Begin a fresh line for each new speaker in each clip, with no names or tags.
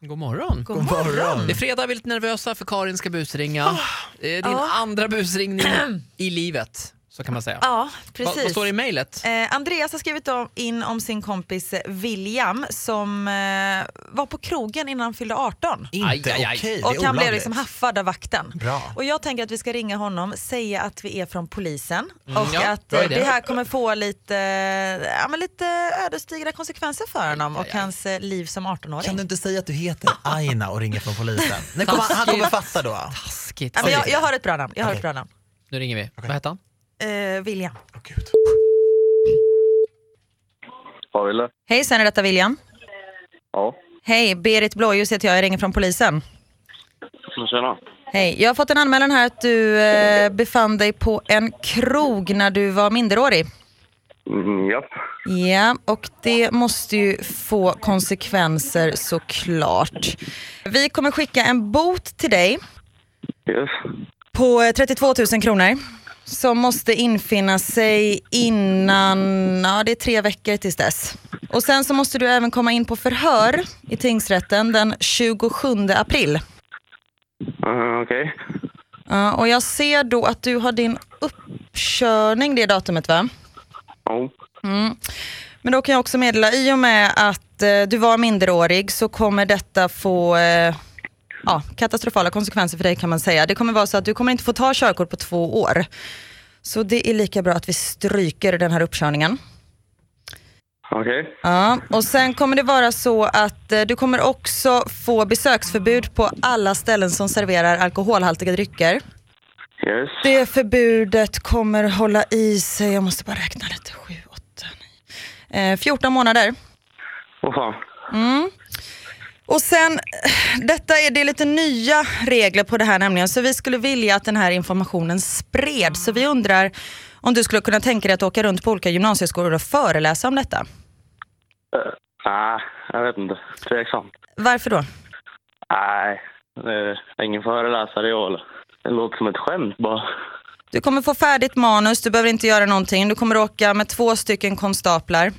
God morgon.
God morgon.
Det är fredag, vi är lite nervösa för Karin ska busringa. Eh, Din
Ja.
andra busringning i livet, så kan man säga.
Ja,
Va, vad
precis.
står det i mejlet?
Eh, Andreas har skrivit om, in om sin kompis William som eh, var på krogen innan han fyllde 18.
Aj,
Inte
aj,
okej,
aj.
det är
Och han blev
olagligt.
liksom haffad av vakten.
Bra.
Och jag tänker att vi ska ringa honom, säga att vi är från polisen och
Mm, ja,
att
bra
eh,
idé.
det här kommer få lite, eh, ja, men lite ödesdigra konsekvenser för honom och hans eh, liv som
Kan du
18-åring.
inte säga att du heter Aina och ringer från polisen? Nej, kom, han kommer fatta då.
Taskigt.
Ja, men jag,
Okej,
jag har ett bra namn. Jag har ett bra namn.
Nu ringer vi. Vad heter han?
Eh, William.
Åh, Gud.
Ja, Wille?
Hejsan, är detta William?
Ja.
Hej, Berit Blåljus heter jag, jag ringer från polisen.
Tjena.
Hej, jag har fått en anmälan här att du eh, befann dig på en krog när du var minderårig.
Mm, ja.
Ja, och det måste ju få konsekvenser såklart. Vi kommer skicka en bot till dig
Yes.
på eh, 32 000 kronor som måste infinna sig innan, ja det är tre veckor tills dess. Och sen så måste du även komma in på förhör i tingsrätten den 27 april.
Uh, Okej.
Ja, och jag ser då att du har din uppkörning det datumet va?
Ja.
Men då kan jag också meddela, i och med att eh, du var minderårig så kommer detta få eh, ja, katastrofala konsekvenser för dig kan man säga. Det kommer vara så att du kommer inte få ta körkort på två år. Så det är lika bra att vi stryker den här uppkörningen.
Okej.
Ja, och sen kommer det vara så att eh, du kommer också få besöksförbud på alla ställen som serverar alkoholhaltiga drycker.
Yes.
Det förbudet kommer hålla i sig, jag måste bara räkna lite, 7, 8, 9, eh, 14 månader.
Åh fan.
Och sen, eh, detta är, det är lite nya regler på det här nämligen, så vi skulle vilja att den här informationen spreds. Så vi undrar om du skulle kunna tänka dig att åka runt på olika gymnasieskolor och föreläsa om detta.
Eh, Nej, jag vet inte. Tveksamt.
Varför då?
Nej, uh, ingen föreläsare jag eller? Det låter som ett skämt bara.
Du kommer få färdigt manus, du behöver inte göra någonting. Du kommer åka med två stycken konstaplar.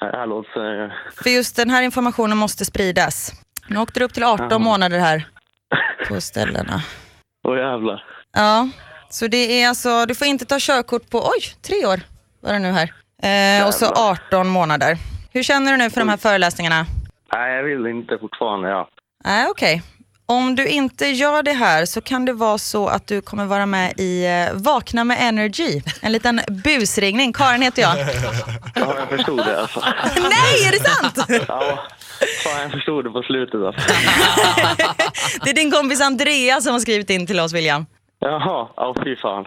Det här låter... Uh,
För just den här informationen måste spridas. Nu åkte du upp till 18 månader här på ställena.
Åh jävlar.
Ja, så det är alltså, du får inte ta körkort på, oj, tre år var det nu här. Eh, och så 18 månader. Hur känner du nu för de här föreläsningarna?
Nej, jag vill inte fortfarande. Ja.
Nej, okej. Om du inte gör det här så kan det vara så att du kommer vara med i eh, Vakna med Energy. En liten busringning. Karin heter jag.
ja, jag förstod det alltså.
Nej, är det sant?
Ja. Fan, jag förstod det på slutet alltså.
Det är din kompis Andrea som har skrivit in till oss, William.
Jaha. Ja, fy fan.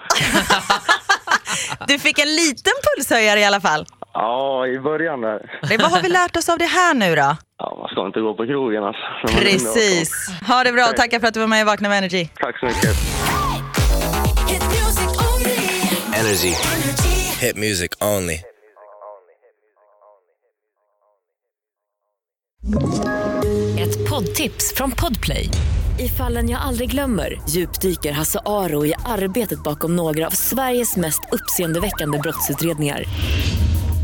Du fick en liten pulshöjare i alla fall.
Ja, i början där.
Det, vad har vi lärt oss av det här nu då?
Ja, man ska inte gå på krogen alltså. när man är under 18.
Precis. Ha det bra och tacka för att du var med i Vakna med Energy.
Tack så mycket.
Hit music only.
Energy.
Energy.
Hit music only.
Ett poddtips från Podplay. I fallen jag aldrig glömmer djupdyker Hasse Aro i arbetet bakom några av Sveriges mest uppseendeväckande brottsutredningar.